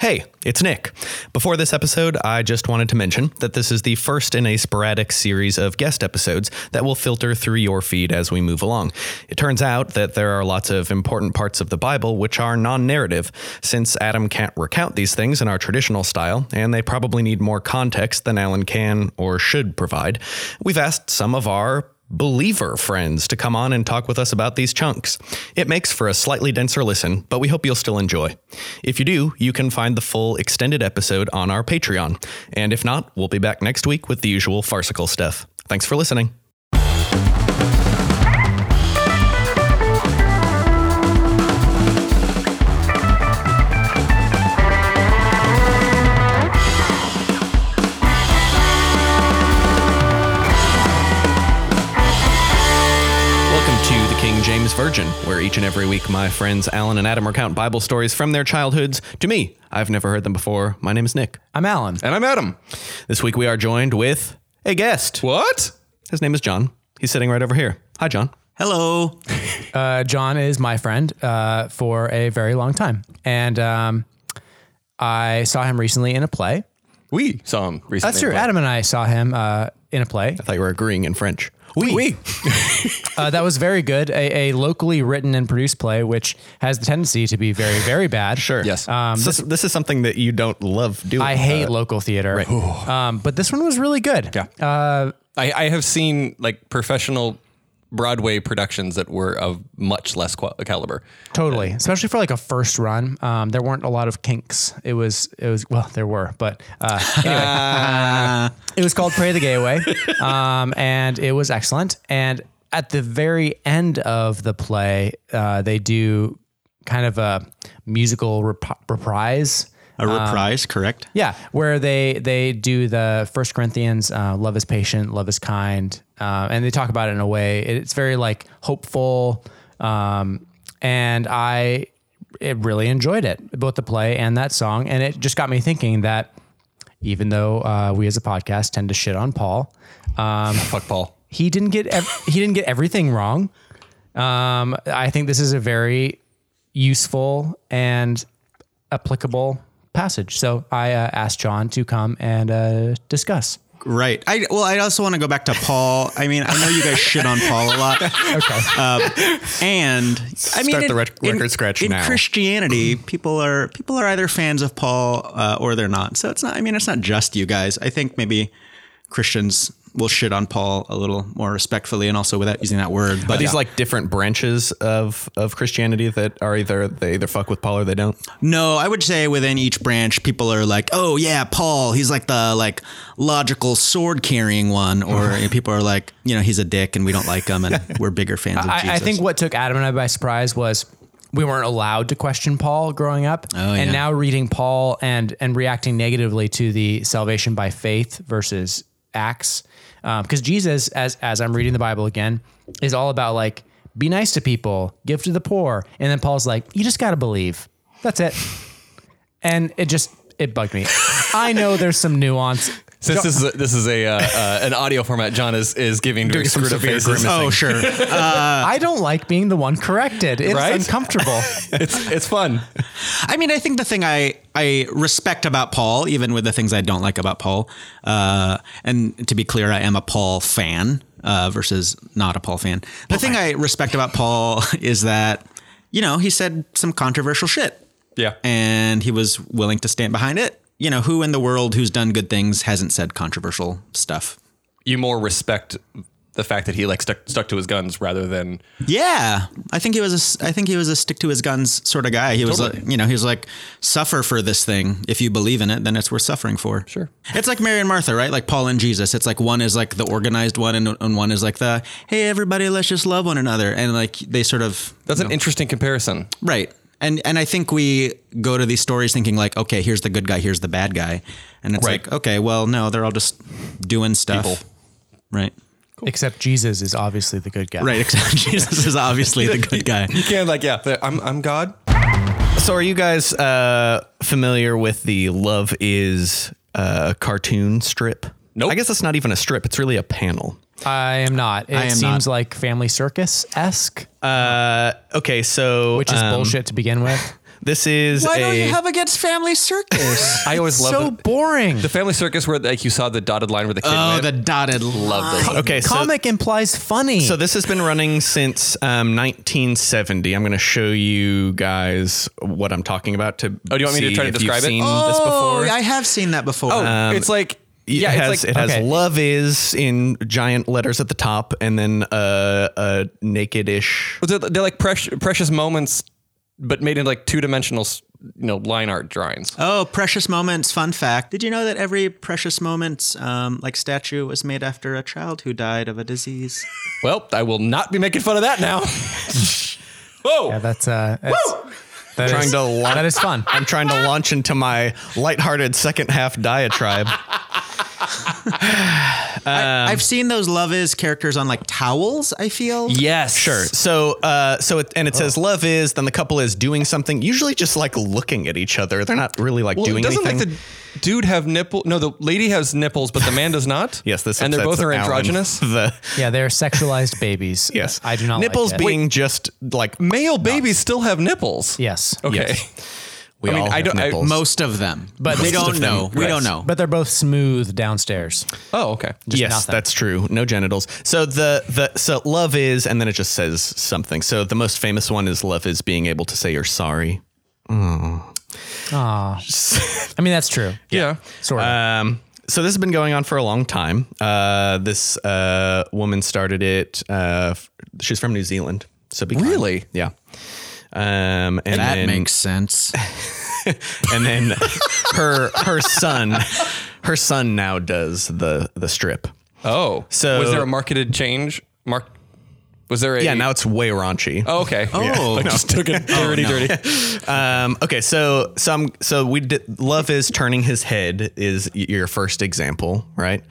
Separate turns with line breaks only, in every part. Hey, it's Nick. Before this episode, I just wanted to mention that this is the first in a sporadic series of guest episodes that will filter through your feed as we move along. It turns out that there are lots of important parts of the Bible which are non narrative, since Adam can't recount these things in our traditional style, and they probably need more context than Alan can or should provide. We've asked some of our believer friends to come on and talk with us about these chunks. It makes for a slightly denser listen, but we hope you'll still enjoy. If you do, you can find the full extended episode on our Patreon. And if not, we'll be back next week with the usual farcical stuff. Thanks for listening. Welcome to the King James Virgin, where each and every week my friends Alan and Adam recount Bible stories from their childhoods to me. I've never heard them before. My name is Nick.
I'm Alan.
And I'm Adam.
This week we are joined with a guest.
What?
His name is John. He's sitting right over here. Hi, John.
Hello.
Uh, John is my friend uh, for a very long time, and um, I saw him recently in a play.
We saw him recently.
That's true. Adam and I saw him uh, in a play
I thought you were agreeing in French.
We.
uh, that was very good. A, a locally written and produced play, which has the tendency to be very, very bad. Sure.
Yes.
So Um, this, this is something that you don't love doing.
I hate local theater. Um, but this one was really good.
yeah.
Uh,
I, I have seen like professional Broadway productions that were of much less qual- caliber.
Totally, especially for like a first run. Um, there weren't a lot of kinks. It was, it was well, there were, but uh, anyway, it was called "Pray the Gay Away," um, and it was excellent. And at the very end of the play, uh, they do kind of a musical rep- reprise.
A reprise, correct?
Yeah, where they they do the First Corinthians, uh, love is patient, love is kind, uh, and they talk about it in a way. It's very like hopeful, um, and I it really enjoyed it, both the play and that song, and it just got me thinking that even though uh, we as a podcast tend to shit on Paul, um,
Fuck Paul.
he didn't get ev- he didn't get everything wrong. Um, I think this is a very useful and applicable passage. So I uh, asked John to come and uh, discuss.
Right. I well, I also want to go back to Paul. I mean, I know you guys shit on Paul a lot. Okay. and I mean,
Start the
in-
rec-
in-
record scratch
in
now.
Christianity, people are people are either fans of Paul uh, or they're not. So it's not. I mean, it's not just you guys. I think maybe Christians will shit on Paul a little more respectfully and also without using that word. But
Are these like different branches of of Christianity that are either they either fuck with Paul or they don't?
No, I would say within each branch, people are like, "Oh yeah, Paul, he's like the like logical sword carrying one," or you know, people are like, "You know, he's a dick, and we don't like him, and we're bigger fans of Jesus."
I, I think what took Adam and I by surprise was we weren't allowed to question Paul growing up, and
Oh,
yeah.
now reading Paul and and reacting negatively to the salvation by faith versus acts, because Jesus, as as I'm reading the Bible again, is all about like be nice to people, give to the poor, and then Paul's like, you just gotta believe. That's it, and it just it bugged me. I know there's some nuance.
Since this is a, this is a uh, uh, an audio format, John is is giving very
some
screwed-up
severe
faces.
grimace.
oh sure,
I don't like being the one corrected. It's
uh, Right?
uncomfortable.
it's it's fun.
I mean, I think the thing I I respect about Paul, even with the things I don't like about Paul, uh, and to be clear, I am a Paul fan uh, versus not a Paul fan. The thing I respect about Paul is that you know he said some controversial shit.
Yeah.
and he was willing to stand behind it. You know, who in the world who's done good things hasn't said controversial stuff?
you more respect the fact that he like stuck stuck to his guns rather than
Yeah, I think he was. A, s- I think he was a stick to his guns sort of guy. He was,
Totally.
like, you know, he was like, suffer for this thing. If you believe in it, then it's worth suffering for. Sure. It's like Mary and Martha, right? Like Paul and Jesus. It's like one is like the organized one, and, and one is like the hey, everybody, let's just love one another. And like they sort of
that's an interesting comparison.
Right. And and I think we go to these stories thinking like, okay, here's the good guy, here's the bad guy. And it's
Right.
like, okay, well, no, they're all just doing stuff.
People.
Right.
Except Jesus is obviously the good guy.
Right. Except Jesus is obviously the good guy.
You can like yeah, the- I'm I'm God.
So, are you guys uh, familiar with the Love Is uh, cartoon strip?
Nope.
I guess it's not even a strip; it's really a panel.
I am not. It
am
seems
not.
like Family Circus esque,
Okay, so
which is
um,
bullshit to begin with.
This is
Why
a
don't you have against Family Circus?
I always love
so
the,
boring.
the family circus where like you saw the dotted line where the kid
oh,
went.
the dotted
Love those.
line.
okay. So
Comic implies funny.
So this has been running since um, 1970. I'm going to show you guys what I'm talking about. To
Oh, do you want me to
see
try to
if
describe
you've
it?
Seen this
Oh,
before?
I have seen that before.
oh, it's like yeah,
it has
it's like
it has
okay.
love is in giant letters at the top, and then uh, a naked-ish.
Well, They're, they're like precious, precious moments, but made in like two dimensional, you know, line art drawings.
Oh, precious moments! Fun fact: Did you know that every precious moments, um, like statue, was made after a child who died of a disease?
Well, I will not be making fun of that now. Whoa!
yeah, that's uh, that's, that
Trying
is-
to launch-
that is fun.
I'm trying to launch into my lighthearted second half diatribe. Um,
I, I've seen those love is characters on like towels. I feel.
Yes,
Sure. So, uh, so it, and it
Oh.
says love is. Then the couple is doing something, usually just like looking at each other. They're not really like
Well,
doing
doesn't
anything.
like the dude have nipple? No, the lady has nipples, but the man does not.
yes, this
and they're
upsets
both are
Alan.
androgynous.
The
Yeah, they're sexualized babies.
yes,
I do not like
nipples
it.
being just like
Male babies still have nipples.
yes,
Okay.
we
mean,
all
I
have
don't- I-
nipples.
Most of them, but we
Most of
don't
them,
know. We
right.
don't know.
but they're both smooth downstairs.
Oh, okay.
yes,
nothing.
that's true. No genitals. So the the so love is, and then it just says something. So the most famous one is love is being able to say you're sorry.
I mean, that's true.
Yeah.
Sort of.
Um, so this has been going on for a long time. Uh, this uh, woman started it. Uh, f- she's from New Zealand. So be kind.
Really?
yeah. Um, and
that
then,
makes sense.
and then her her son her son now does the the strip.
Oh,
So-
was there a marketed change? Mark, was there a?
Yeah, now it's way raunchy.
Oh, okay. Oh, I just took it dirty, dirty.
Um, okay, so some so we did, love is turning his head is y- your first example, right?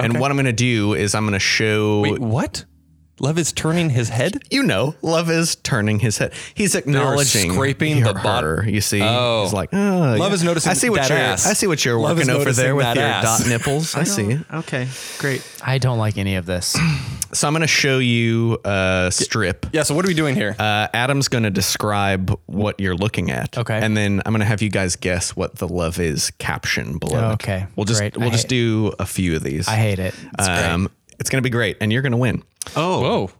And what I'm going to do is I'm going to show
Wait, what? Love is turning his head.
you know, love is turning his head. He's acknowledging
scraping
her-
the bot-
her, You see,
Oh.
he's like, oh,
Love is noticing
I see what
that
you're.
ass.
I see what you're
Love is
working over there
noticing
with
that
your
ass.
dot nipples. I see. it.
Okay, great.
I don't like any of this.
So I'm going to show you a strip.
Yeah. So what are we doing here?
Uh, Adam's going to describe what you're looking at.
Okay.
And then I'm going to have you guys guess what the love is caption below. it.
Okay,
We'll just
great.
we'll
I
just
hate-
do a few of these.
I hate it.
Um, it's going to be great, and you're going to win.
Oh,
Whoa.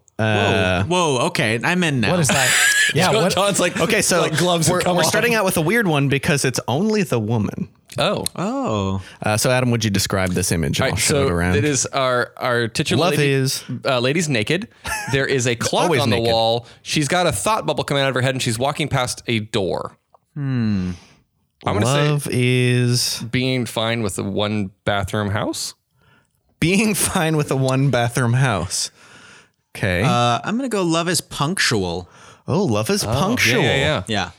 whoa, whoa. Okay, I'm in now.
What is that? Yeah. what?
John's like
Okay, so
like gloves.
We're,
have come
we're
off.
starting out with a weird one because it's only the woman.
Oh,
Oh,
Uh, so, Adam, would you describe this image? And I'll show
so
it around.
it is our our titular
Love
lady,
is-
uh, lady's naked. There is a clock
always
on the
naked.
wall. She's got a thought bubble coming out of her head, and she's walking past a door. Hmm. I'm gonna
Love
say
is
being fine with the one bathroom house.
being fine with a one bathroom house. Okay.
uh, I'm gonna go. Love is punctual.
oh, love is punctual.
Yeah.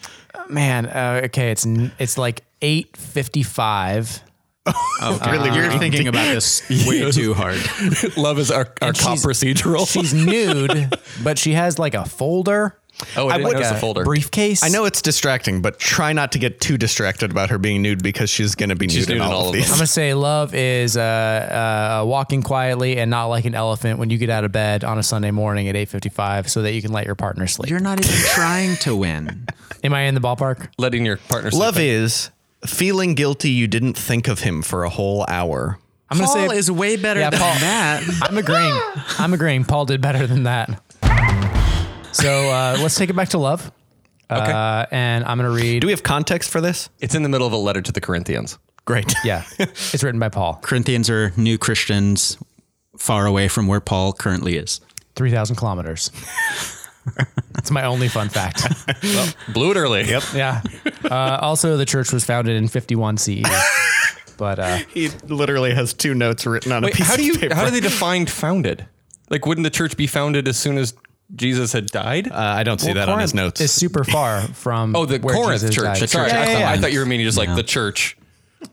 Man. Uh, okay. It's n- it's like eight fifty five.
Really,
Uh,
you're thinking about this way too hard. Oh,
Love is our, our cop
she's-
procedural.
She's nude, but she has like a folder.
oh, I didn't
like
notice
a
uh,
the folder.
Briefcase.
I know it's distracting, but try not to get too distracted about her being nude because she's going to be nude, in all, of these.
I'm gonna say love is uh, uh, walking quietly and not like an elephant when you get out of bed on a Sunday morning at 8:55, so that you can let your partner sleep.
You're not even trying to win.
Am I in the ballpark?
Letting your partner sleep
Love
in.
is feeling guilty you didn't think of him for a whole hour.
I'm gonna
Paul
say
is way better
Yeah,
than
Paul.
that.
I'm agreeing. I'm agreeing. Paul did better than that. So uh, let's take it back to love.
Okay.
Uh, and I'm gonna read.
Do we have context for this?
It's in the middle of a letter to the Corinthians.
Great.
yeah, it's written by Paul.
Corinthians are new Christians, far away from where Paul currently is.
Three thousand kilometers. That's my only fun fact.
Oh, Blew it early. Yep.
Yeah. Uh, also, the church was founded in 51 CE. But uh,
He literally has two notes written on a
Wait,
piece
how do
of
you
paper.
how do they define founded? Like, wouldn't the church be founded as soon as Jesus had died?
uh, I don't see that on his
Corinth
notes.
is super far from.
oh, the
where
Corinth
Jesus
church.
died.
Sorry,
church
I,
at
thought, I
Corinth.
thought you were meaning just like the church.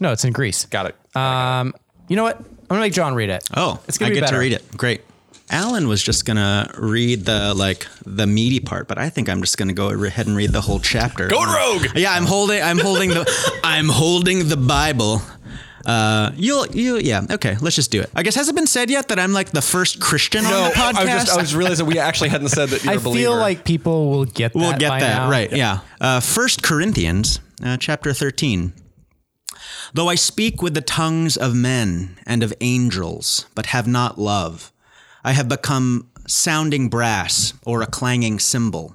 No, it's in Greece.
Got it.
Um, you know what? I'm gonna make John read it.
Oh,
it's gonna
I
be
get
better.
to read it. Great. Alan was just gonna read the like the meaty part, but I think I'm just gonna go ahead and read the whole chapter. Uh,
Go rogue!
Yeah, I'm holding. I'm holding the. I'm holding the Bible. Uh, you'll you yeah okay. Let's just do it. I guess has it been said yet that I'm like the first Christian on
No,
the podcast?
I was just I was realizing we actually hadn't said that you're
I
a believer.
feel like people will get that.
we'll get
by
that
now.
right yeah uh, first corinthians uh, chapter 13 though i speak with the tongues of men and of angels but have not love i have become sounding brass or a clanging cymbal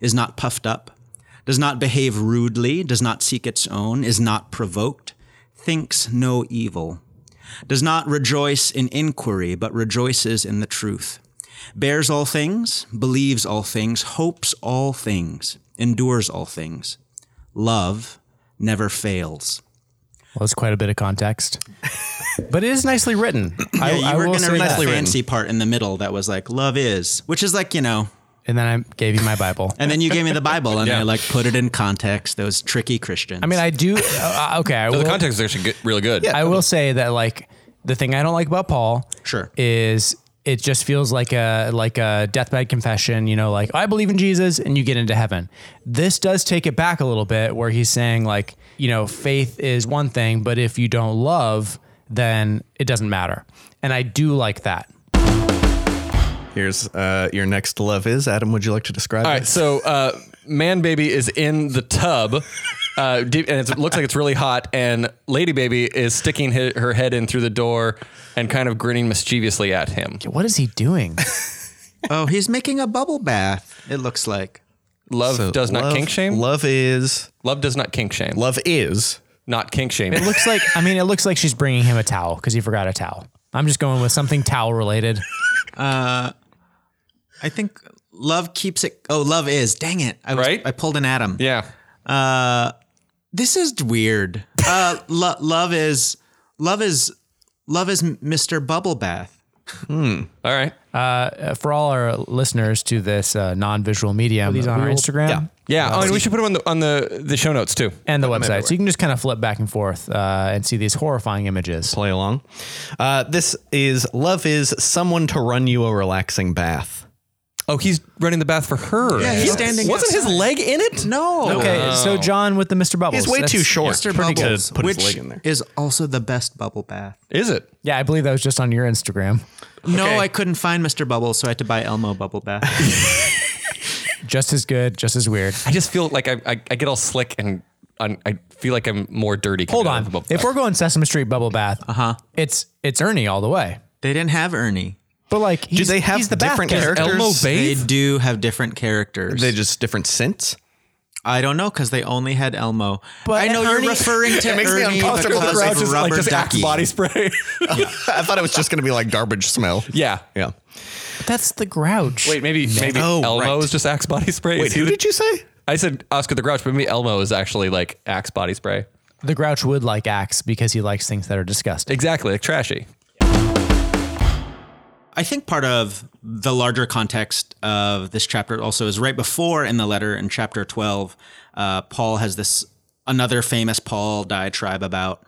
is not puffed up, does not behave rudely, does not seek its own, is not provoked, thinks no evil does not rejoice in inquiry, but rejoices in the truth, bears all things, believes all things, hopes all things, endures all things. Love never fails.
Well, it's quite a bit of context, but it is nicely written. I,
Yeah,
I
you were
will
going to
say
read
that.
the fancy part in the middle that was like, love is, which is like, you know,
And then I gave you my Bible.
and then you gave me the Bible and I
Yeah.
like put it in context, those tricky Christians.
I mean, I do. Uh, okay, I
the
will,
context is actually good, really good.
I will say that like the thing I don't like about Paul,
Sure.
is it just feels like a like a deathbed confession. You know, like I believe in Jesus, and you get into heaven. This does take it back a little bit, where he's saying like you know faith is one thing, but if you don't love, then it doesn't matter. And I do like that.
Here's uh, your next love is Adam. Would you like to describe
All
it?
right, so uh, man baby is in the tub, uh, deep, and it's- it looks like it's really hot. And lady baby is sticking he- her head in through the door and kind of grinning mischievously at him.
What is he doing?
oh, he's making a bubble bath, it looks like.
Love
So
does not
love-
kink shame.
Love
Love,
is
does not kink shame.
love is
not kink shame.
It looks like I mean, it looks like she's bringing him a towel because he forgot a towel. I'm just going with something towel related.
I think love keeps it. Oh, love is. Dang it. I was,
Right?
I pulled an Adam.
yeah.
Uh, this is weird. Uh, lo- love is love is love is Mr. Bubble Bath.
All right.
Uh, for all our listeners to this uh, non-visual medium, these on our Instagram
yeah. Oh, and we should put them on the on the, the show notes too.
and the website, so you can just kind of flip back and forth uh, and see these horrifying images.
play along. Uh, this is love is someone to run you a relaxing bath.
Oh, he's running the bath for her.
Yeah, he's standing
Wasn't his
outside.
leg in it?
No,
Okay, so John with the Mr. Bubbles,
He's way
That's-
too short.
Mr.
Pretty good.
Bubbles,
Put his
which
leg in there.
is also the best bubble bath.
Is it?
Yeah, I believe that was just on your Instagram,
No,
Okay.
I couldn't find Mr. Bubbles, so I had to buy Elmo Bubble Bath.
just as good, just as weird.
I just feel like I I, I get all slick and i I feel like I'm more dirty.
Hold
coming out
on,
of a-
if we're going Sesame Street bubble bath, uh huh, it's it's Ernie all the way.
they didn't have Ernie.
But like,
Do
he's-
they have
he's the bath
different
guy.
characters?
Elmo
They
bathe.
do have different characters.
They just different scents.
I don't know because they only had Elmo.
But
I know
Ernie-
you're referring to Ernie because of rubber ducky.
spray.
I thought it was just going to be like garbage smell.
yeah.
Yeah.
That's the Grouch.
Wait, maybe maybe
Oh,
Elmo
right.
is just Axe body spray.
Wait,
Is he
who
the-
did you say?
I said Oscar the Grouch, but maybe Elmo is actually like Axe body spray.
the Grouch would like Axe because he likes things that are disgusting.
Exactly, like trashy.
I think part of the larger context of this chapter also is right before in the letter in chapter 12, uh, Paul has this another famous Paul diatribe about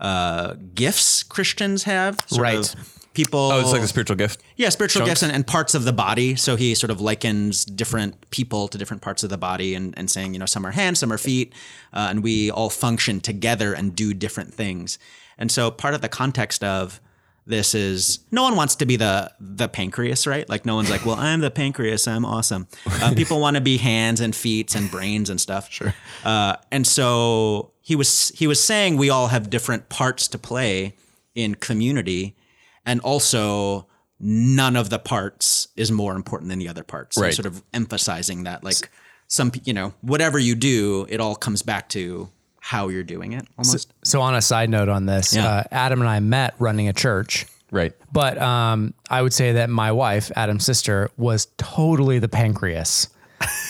uh, gifts Christians have. sort
Right.
of People.
Oh, it's like the spiritual gift.
Yeah, spiritual gifts and, and parts of the body. So he sort of likens different people to different parts of the body and, and saying, you know, some are hands, some are feet, uh, and we all function together and do different things. And so part of the context of this is no one wants to be the the pancreas, right? Like no one's like, well, I'm the pancreas, I'm awesome. Uh, people want to be hands and feet and brains and stuff. Sure. Uh, and so he was he was saying we all have different parts to play in community and also none of the parts is more important than the other parts. So
Right.
Sort of emphasizing that, like some, pe- you know, whatever you do, it all comes back to how you're doing it. Almost.
So on a side note on this,
Yeah.
uh, Adam and I met running a church.
Right.
But um, I would say that my wife, Adam's sister, was totally the pancreas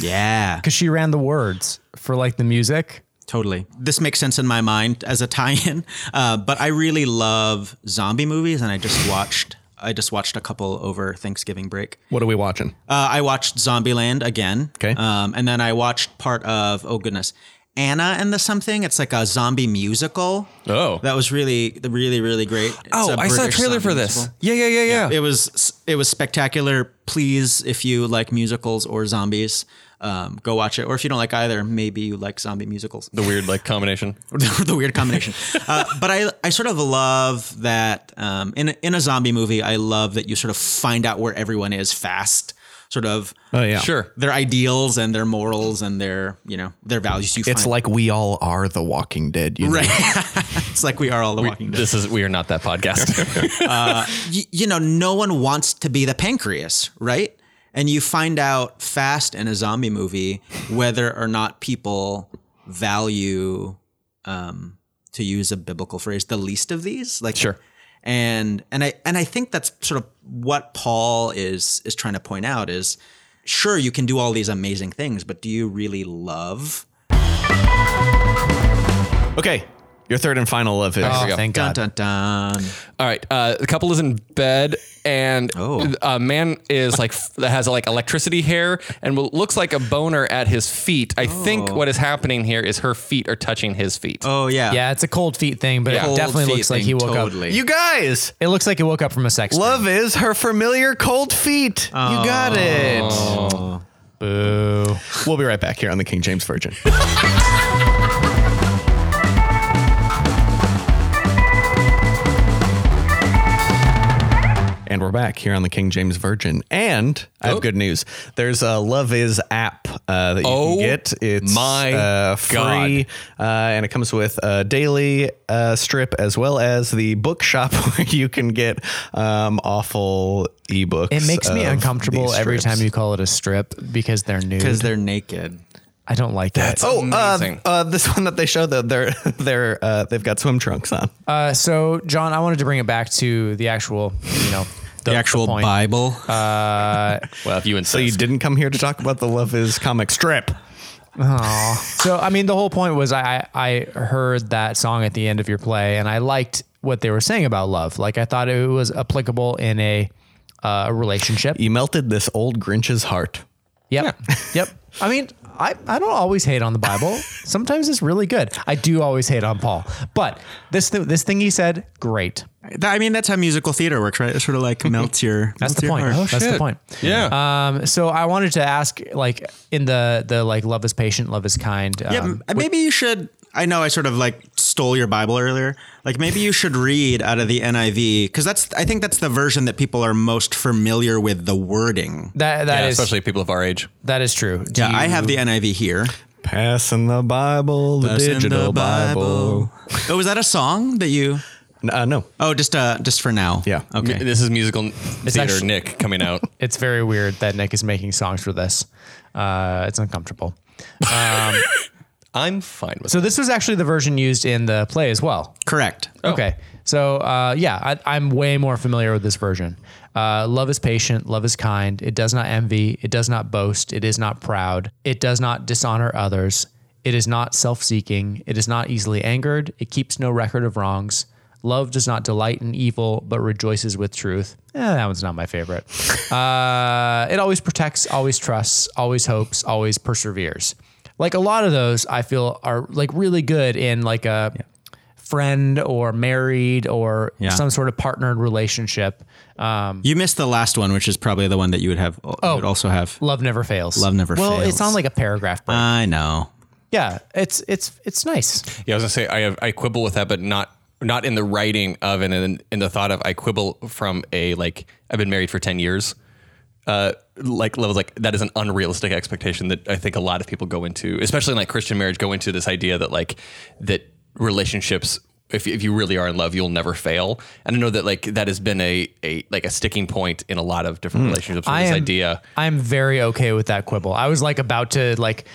yeah.
because she ran the words for like the music.
Totally. This makes sense in my mind as a tie-in, uh, but I really love zombie movies, and I just watched I just watched a couple over Thanksgiving break.
What are we watching?
Uh, I watched Zombieland again.
Okay.
Um, and then I watched part of oh goodness, Anna and the something. It's like a zombie musical.
Oh.
that was really really really great. It's
Oh,
a
I saw a
British
trailer for
zombie
this.
musical.
Yeah, yeah, yeah, yeah.
It was it was spectacular. Please, if you like musicals or zombies, um, go watch it. Or if you don't like either, maybe you like zombie musicals.
the weird like combination.
the weird combination. Uh, but I, I sort of love that um, in a, in a zombie movie. I love that you sort of find out where everyone is fast. Sort of
Oh yeah,
Sure.
their ideals and their morals and their you know their values. You
It's
find.
like we all are the Walking Dead. You know?
it's like we are all the Walking Dead.
This is we are not that podcast.
Y- you know, no one wants to be the pancreas, right? And you find out fast in a zombie movie whether or not people value, um, to use a biblical phrase, the least of these. Like
Sure.
And and I and I think that's sort of what Paul is is trying to point out is sure you can do all these amazing things, but do you really love?
Okay, your third and final love is.
Oh,
go.
thank
Dun
God.
dun dun.
All right, uh, the couple is in bed, and
Oh.
a man is like f- that has like electricity hair and what looks like a boner at his feet. I think what is happening here is her feet are touching his feet.
Oh yeah.
Yeah, it's a cold feet thing, but it
Cold
definitely
feet
looks like
thing,
he woke
totally.
up.
You guys,
It looks like he woke up from a sex.
love is her familiar cold feet. You got it.
dream. Boo.
We'll be right back here on the King James Version. And we're back here on the King James Virgin. And I have good news. There's a Love Is app uh, that you
Oh
can get. It's
my
uh, free, uh, and it comes with a daily uh, strip as well as the bookshop where you can get um, awful ebooks.
It makes me
of
uncomfortable
these
every
strips.
time you call it a strip because they're nude.
Because they're naked.
I don't like that.
Oh, uh,
Amazing.
uh, this one that they showed though, they're they're uh, they've got swim trunks on.
Uh, so, John, I wanted to bring it back to the actual, you know, the,
The actual
point.
Bible.
well, if you insist.
so you didn't come here to talk about the Love Is comic strip.
So, I mean, the whole point was I, I I heard that song at the end of your play, and I liked what they were saying about love. Like, I thought it was applicable in a uh, relationship.
You melted this old Grinch's heart.
Yep. Yep. I mean, I, I don't always hate on the Bible. Sometimes it's really good. I do always hate on Paul, but this th- this thing he said, great.
Th- I mean, that's how musical theater works, right? It sort of like melts your.
That's the point. Oh, That's the
Oh, shit.
point.
yeah.
Um, so I wanted to ask, like, in the the like, love is patient, love is kind. Um,
Yeah, m- Mm, maybe you should. I know I sort of like stole your Bible earlier. Like maybe you should read out of the NIV because that's I think that's the version that people are most familiar with the wording.
That that
Yeah,
is
especially people of our age.
that is true. Do
Yeah,
you-
I have the NIV here.
Passing the Bible, the digital Bible.
Oh, was that a song that you?
N- Uh, no,
Oh, just uh, just for now.
Yeah.
Okay.
This is musical theater
actually-
Nick coming out.
It's very weird that Nick is making songs for this. Uh, it's uncomfortable. Um,
I'm fine with
So this was actually the version used in the play as well.
Correct.
Oh.
Okay. So, uh, yeah, I, I'm way more familiar with this version. Uh, love is patient. Love is kind. It does not envy. It does not boast. It is not proud. It does not dishonor others. It is not self seeking. It is not easily angered. It keeps no record of wrongs. Love does not delight in evil, but rejoices with truth. Eh, that one's not my favorite. Uh, it always protects, always trusts, always hopes, always perseveres. Like a lot of those, I feel are like really good in like a friend or married or
Yeah.
some sort of partnered relationship. Um,
You missed the last one, which is probably the one that you would have. Oh, would also have.
love never fails.
Love never
well,
fails. Uh,
it's on like a paragraph break.
I know.
yeah, it's it's it's nice.
Yeah, I was gonna say I have, I quibble with that, but not not in the writing of and in, in the thought of. I quibble from a like I've been married for ten years. Uh, like levels like that is an unrealistic expectation that I think a lot of people go into, especially in like Christian marriage, go into this idea that like that relationships. If, if you really are in love, you'll never fail. And I know that like that has been a, a like a sticking point in a lot of different relationships. With
I
this
am-
idea.
I'm very okay with that quibble. I was like about to like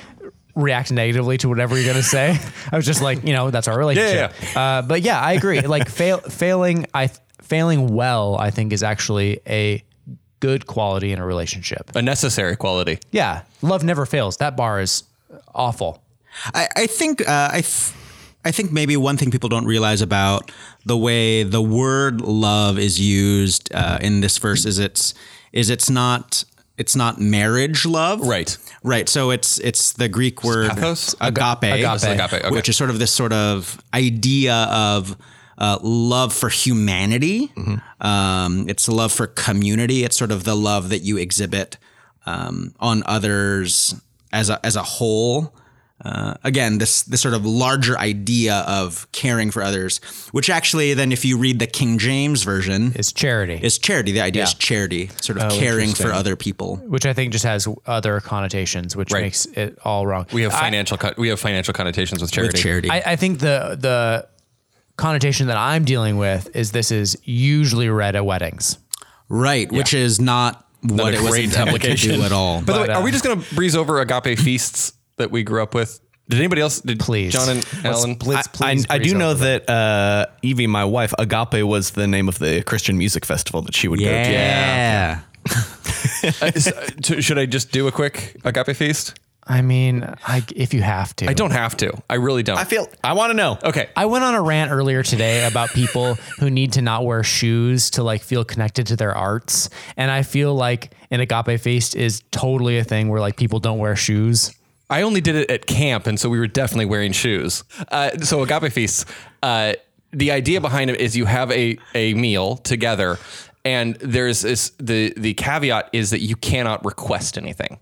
react negatively to whatever you're gonna say. I was just like, you know, that's our relationship.
Yeah,
Uh, but yeah, I agree. Like fail, failing, I th- failing well, I think is actually a good quality in a relationship.
A necessary quality.
Yeah, love never fails. That bar is awful.
I, I think uh, I, th- I think maybe one thing people don't realize about the way the word love is used uh, in this verse is it's is it's not it's not marriage love,
Right.
Right. So it's it's the Greek word
pathos?
agape,
Agape.
Agape, okay.
which is sort of this sort of idea of. Uh, love for humanity.
Mm-hmm.
Um, it's love for community. It's sort of the love that you exhibit um, on others as a, as a whole. Uh, again, this this sort of larger idea of caring for others, which actually, then if you read the King James version,
It's charity,
is charity. The idea is charity, sort of caring for other people.
which I think just has other connotations, which
Right.
makes it all wrong.
We have financial co- we have financial connotations with charity.
Charity.
I, I think the the connotation that I'm dealing with is this is usually read at weddings.
Right, which is not what it was
great
intended to
application.
do at all.
By the
But,
way,
uh,
are we just gonna breeze over agape feasts that we grew up with? Did anybody else? Did
Please.
John and Alan.
Please,
I,
please
I do
breeze
know
over
that uh, Evie, my wife, Agape was the name of the Christian music festival that she would go to.
yeah.
Uh, is- uh, t- should I just do a quick agape feast?
I mean, I, if you have to,
I don't have to. I really don't.
I feel I want to know.
okay.
I went on a rant earlier today about people who need to not wear shoes to like feel connected to their arts, and I feel like an agape feast is totally a thing where like people don't wear shoes.
I only did it at camp, and so we were definitely wearing shoes. Uh, so agape feasts. Uh, the idea behind it is you have a a meal together, and there's this the the caveat is that you cannot request anything.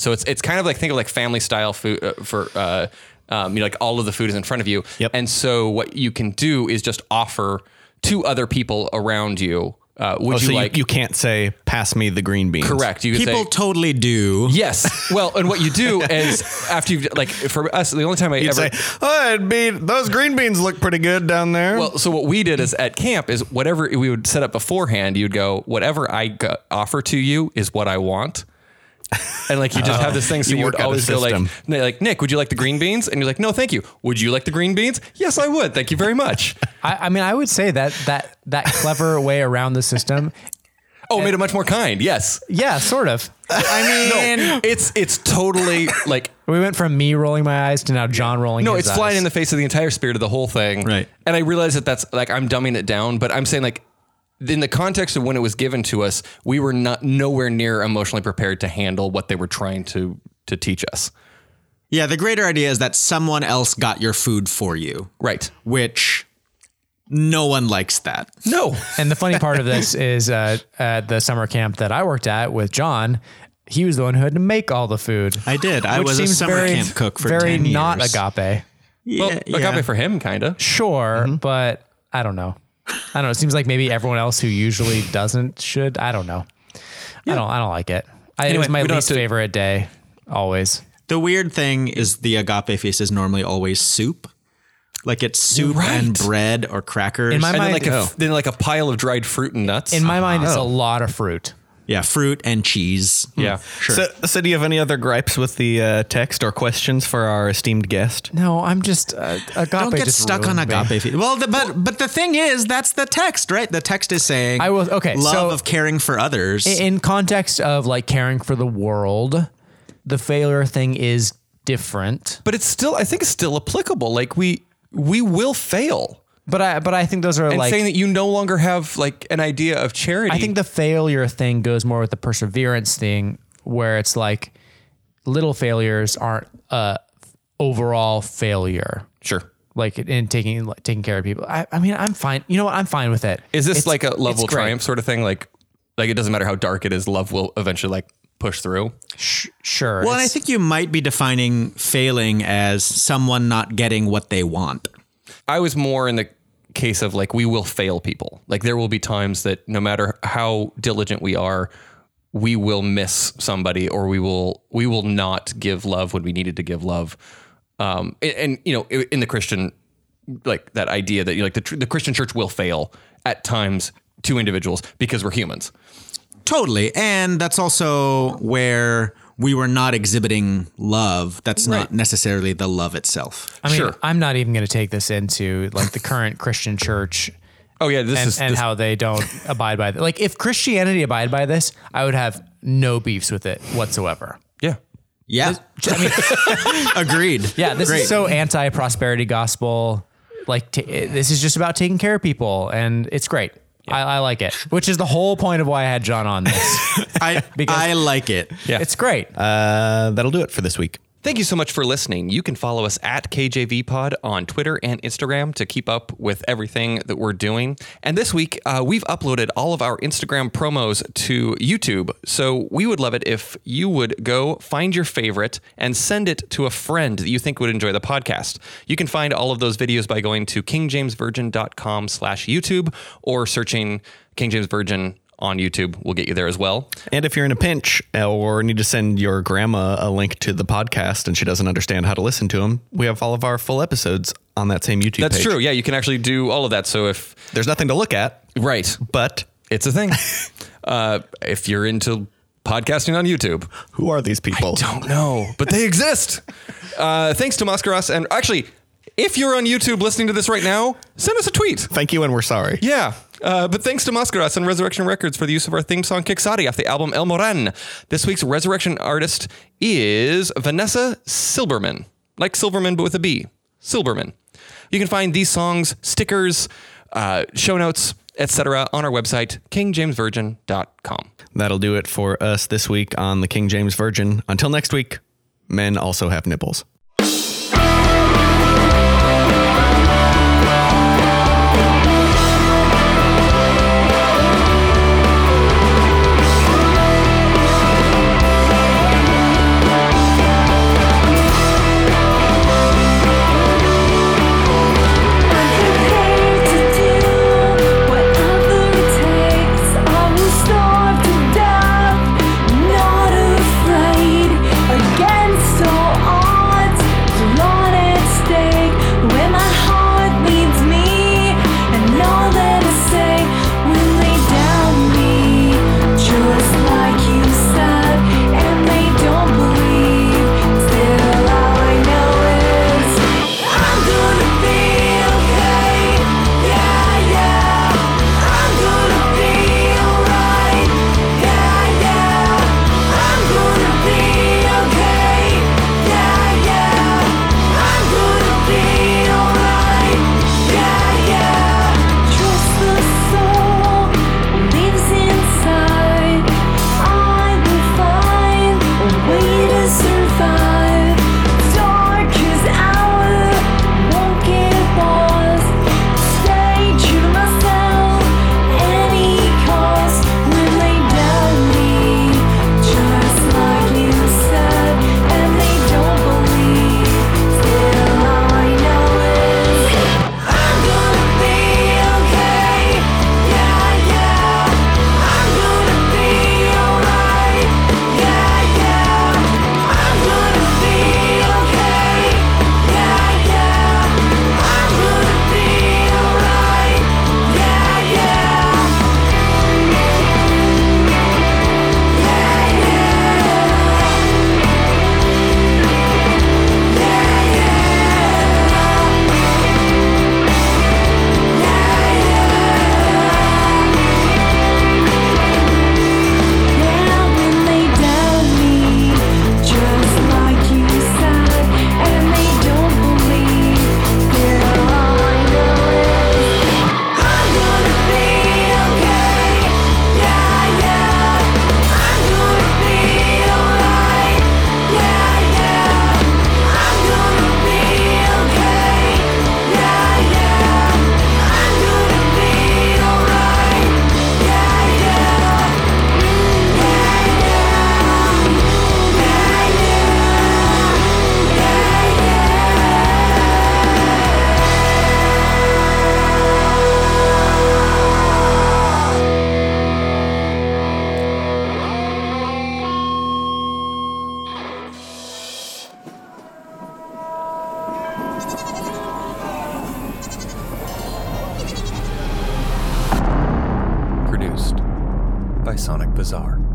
So it's it's kind of like think of like family style food uh, for. Uh, um, you know, like all of the food is in front of you,
Yep.
and so what you can do is just offer to other people around you. Uh, would
Oh,
you
so
like?
you, you can't say, pass me the green beans.
correct. You could
People
say,
totally do.
Yes. Well, and what you do is after you've like for us, the only time I
You'd
ever
say, oh, it'd be, those green beans look pretty good down there.
well, so what we did is at camp is whatever we would set up beforehand, you'd go whatever I go- offer to you is what I want. And like you just have this thing, so
You
you,
work
would
out a
always go like,
system.
n- like Nick, would you like the green beans? And you're like, no, thank you. Would you like the green beans? Yes, I would. Thank you very much.
I, I mean, I would say that that that clever way around the system,
Oh, it made it much more kind. Yes.
yeah, sort of.
I mean,
No, it's it's totally like
We went from me rolling my eyes to now John rolling.
No,
his
it's flying
eyes.
in the face of the entire spirit of the whole thing.
Right.
And I realize that that's like I'm dumbing it down, but I'm saying like in the context of when it was given to us, we were not nowhere near emotionally prepared to handle what they were trying to to teach us.
yeah, the greater idea is that someone else got your food for you,
Right.
which no one likes that.
No.
And the funny part of this is uh, at the summer camp that I worked at with John, he was the one who had to make all the food.
I did. I
which
was a
seems
summer
very-
camp cook for
very
10
not
years.
agape.
Well,
Yeah,
I got
yeah.
it for him, kind of.
Sure, but I don't know. I don't know. It seems like maybe everyone else who usually doesn't should. I don't know. I don't. I don't like it. I, it
Anyway,
was my
we don't have
least
to-
favorite day. Always.
The weird thing is the agape feast is normally always soup. Like it's soup
You're right.
and bread or crackers.
In my
And
mind-
then like a,
Oh.
then like a pile of dried fruit and nuts.
In my mind, it's a lot of fruit.
yeah, fruit and cheese.
yeah.
Sure.
So, so do you have any other gripes with the uh, text or questions for our esteemed guest?
No, I'm just uh, agape.
don't get
just
stuck on
ruined me.
agape feast. Well, the, but but the thing is, that's the text, right? The text is saying,
I will- okay,
love
so-
of caring for others."
in context of like caring for the world, the failure thing is different.
But it's still I think it's still applicable. Like we we will fail.
But I but I think those are
And
like
saying that you no longer have like an idea of charity.
I think the failure thing goes more with the perseverance thing where it's like little failures aren't a overall failure.
sure.
Like in taking like, taking care of people. I, I mean I'm fine. You know what? I'm fine with it.
Is this
It's-
like a
it's
level
great.
triumph sort of thing? Like, like it doesn't matter how dark it is, love will eventually like push through.
Sh- sure.
Well, and I
It's-
think you might be defining failing as someone not getting what they want.
I was more in the case of like we will fail people. Like there will be times that no matter how diligent we are, we will miss somebody or we will we will not give love when we needed to give love. Um, and, and, you know, i- in the Christian like that idea that you know, like the tr- the Christian church will fail at times to individuals because we're humans.
Totally. And that's also where we were not exhibiting love. That's not necessarily the love itself.
I mean,
sure.
I'm not even going to take this into like the current Christian church
Oh yeah, this
and,
is
and
this-
how they don't abide by that. Like if Christianity abide by this, I would have no beefs with it whatsoever.
yeah.
Yeah.
I mean,
Agreed.
yeah, this
Great.
is so anti prosperity gospel. Like, t- this is just about taking care of people, and it's great. I, I like it, which is the whole point of why I had John on this.
I, I like it.
Yeah.
It's great.
Uh, that'll do it for this week.
Thank you so much for listening. You can follow us at KJV Pod on Twitter and Instagram to keep up with everything that we're doing. And this week, uh, we've uploaded all of our Instagram promos to YouTube. So we would love it if you would go find your favorite and send it to a friend that you think would enjoy the podcast. You can find all of those videos by going to kingjamesvirgin.com slash YouTube or searching King James Virgin on YouTube. We'll get you there as well.
And if you're in a pinch uh, or need to send your grandma a link to the podcast and she doesn't understand how to listen to them, we have all of our full episodes on that same YouTube
That's
page.
true. Yeah, you can actually do all of that. So if...
There's nothing to look at,
Right.
but
It's a thing. uh, if you're into podcasting on YouTube,
who are these people?
don't know, but they exist. Uh, thanks to Mascaras. And actually, if you're on YouTube listening to this right now, send us a tweet.
Thank you, and we're sorry.
Yeah. Uh, but thanks to Mascaras and Resurrection Records for the use of our theme song Kixati off the album El Moran. This week's Resurrection artist is Vanessa Silberman. Like Silverman, but with a B. Silberman. You can find these songs, stickers, uh, show notes, etc. on our website, kingjamesvirgin.com.
That'll do it for us this week on the King James Virgin. Until next week, men also have nipples.
Just like you said, and they don't believe. Still, all I know is I'm gonna be okay. Yeah, yeah. I'm gonna be alright. Yeah, yeah. I'm gonna be okay. Yeah, yeah. I'm gonna be alright. Yeah, yeah. Trust the soul lives inside. I will find a way to survive. Dark as hour, won't get lost. Stay true to myself, any cost. When they doubt me, just like you said, and they don't believe. Still, all I know is I'm gonna be okay. Yeah, yeah. I'm gonna be alright. Yeah, yeah. I'm gonna be okay. Yeah, yeah. I'm gonna be alright. Yeah, yeah. Yeah, yeah. Now when they doubt me, just like you said, and they don't believe, still all I know is I'm gonna be okay. Yeah, yeah. I'm gonna be alright. Yeah, yeah. I'm gonna be okay. Yeah, yeah. I'm gonna be alright. Yeah, yeah.
Produced by Sonic Bazaar.